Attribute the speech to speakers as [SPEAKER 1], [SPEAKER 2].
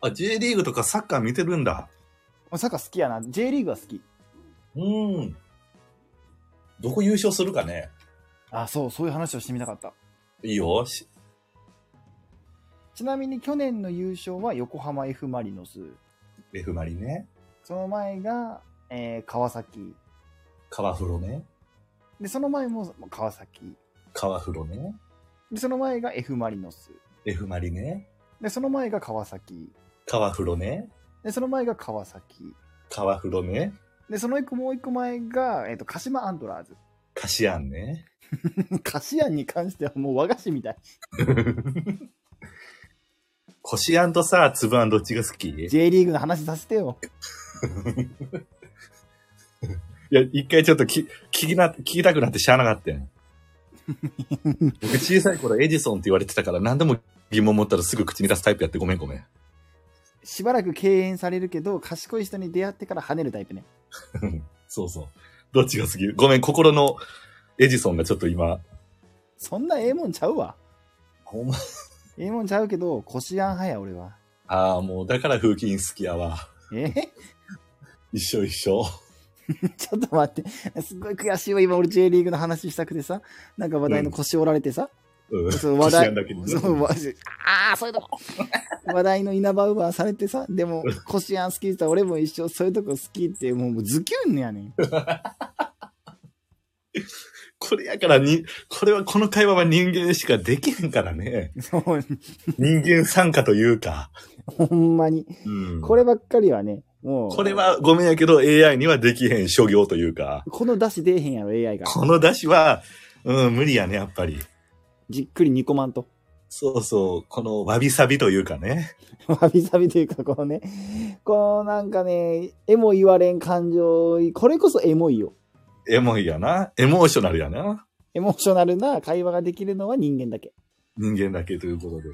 [SPEAKER 1] あ、J リーグとかサッカー見てるんだ。
[SPEAKER 2] もうサッカー好きやな。J リーグは好き。
[SPEAKER 1] うーん。どこ優勝するかね。
[SPEAKER 2] あ、そう、そういう話をしてみたかった。
[SPEAKER 1] いいよ。し
[SPEAKER 2] ちなみに去年の優勝は横浜 F ・マリノス。
[SPEAKER 1] F マリね。
[SPEAKER 2] その前が、えー川崎。
[SPEAKER 1] 川風呂ね。
[SPEAKER 2] で、その前も川崎。
[SPEAKER 1] 川風呂ね。
[SPEAKER 2] で、その前が F ・マリノス。
[SPEAKER 1] F マリね。
[SPEAKER 2] で、その前が川崎。
[SPEAKER 1] 川風呂ね。
[SPEAKER 2] で、その前が川崎。
[SPEAKER 1] 川風呂ね。
[SPEAKER 2] で、その一個もう一個前が、えっ、と、鹿島アントラーズ。
[SPEAKER 1] カシアンね。
[SPEAKER 2] 菓子屋に関してはもう和菓子みたい。
[SPEAKER 1] コシアンとさ、つぶあんどっちが好きい
[SPEAKER 2] J リーグの話させてよ。
[SPEAKER 1] や、一回ちょっとき聞きな、聞きたくなってしゃあなかった ん。僕小さい頃エジソンって言われてたから何でも疑問持ったらすぐ口に出すタイプやってごめんごめん。
[SPEAKER 2] しばらく敬遠されるけど、賢い人に出会ってから跳ねるタイプね。
[SPEAKER 1] そうそう。どっちが好きごめん、心のエジソンがちょっと今。
[SPEAKER 2] そんなええもんちゃうわ。
[SPEAKER 1] ほんま。
[SPEAKER 2] ええもんちゃうけど、こしあん派や、俺は。
[SPEAKER 1] ああ、もうだから風紀委員好きやわ。
[SPEAKER 2] え
[SPEAKER 1] 一緒一緒。
[SPEAKER 2] ちょっと待って。すごい悔しいわ、今俺 J リーグの話したくてさ。なんか話題の腰折られ てさ。
[SPEAKER 1] うん。
[SPEAKER 2] そう話題
[SPEAKER 1] コシアンだけにね
[SPEAKER 2] そう、わしああ、そうい うとこ。話題の稲葉ウーバーされてさ。でも、こしあん好きって言ったら俺も一生そういうとこ好きって、もうもうズキュンやねん。
[SPEAKER 1] これやからに、これはこの会話は人間しかできへんから ね。
[SPEAKER 2] そう
[SPEAKER 1] 人間参加というか。
[SPEAKER 2] ほんまに。
[SPEAKER 1] うん。
[SPEAKER 2] こればっかりはね、もう。
[SPEAKER 1] これはごめんやけど AI にはできへん所業というか、
[SPEAKER 2] この出汁出えへんやろ、AI が。
[SPEAKER 1] この出汁は、うん、無理やね、やっぱり。
[SPEAKER 2] じっくり煮込まんと。
[SPEAKER 1] そうそう、このわびさびというかね。
[SPEAKER 2] わびさびというか、このね、このなんかね、えも言われん感情、これこそエモいよ。
[SPEAKER 1] エモいやな。エモーショナルやな。
[SPEAKER 2] エモーショナルな会話ができるのは人間だけ。
[SPEAKER 1] 人間だけということで。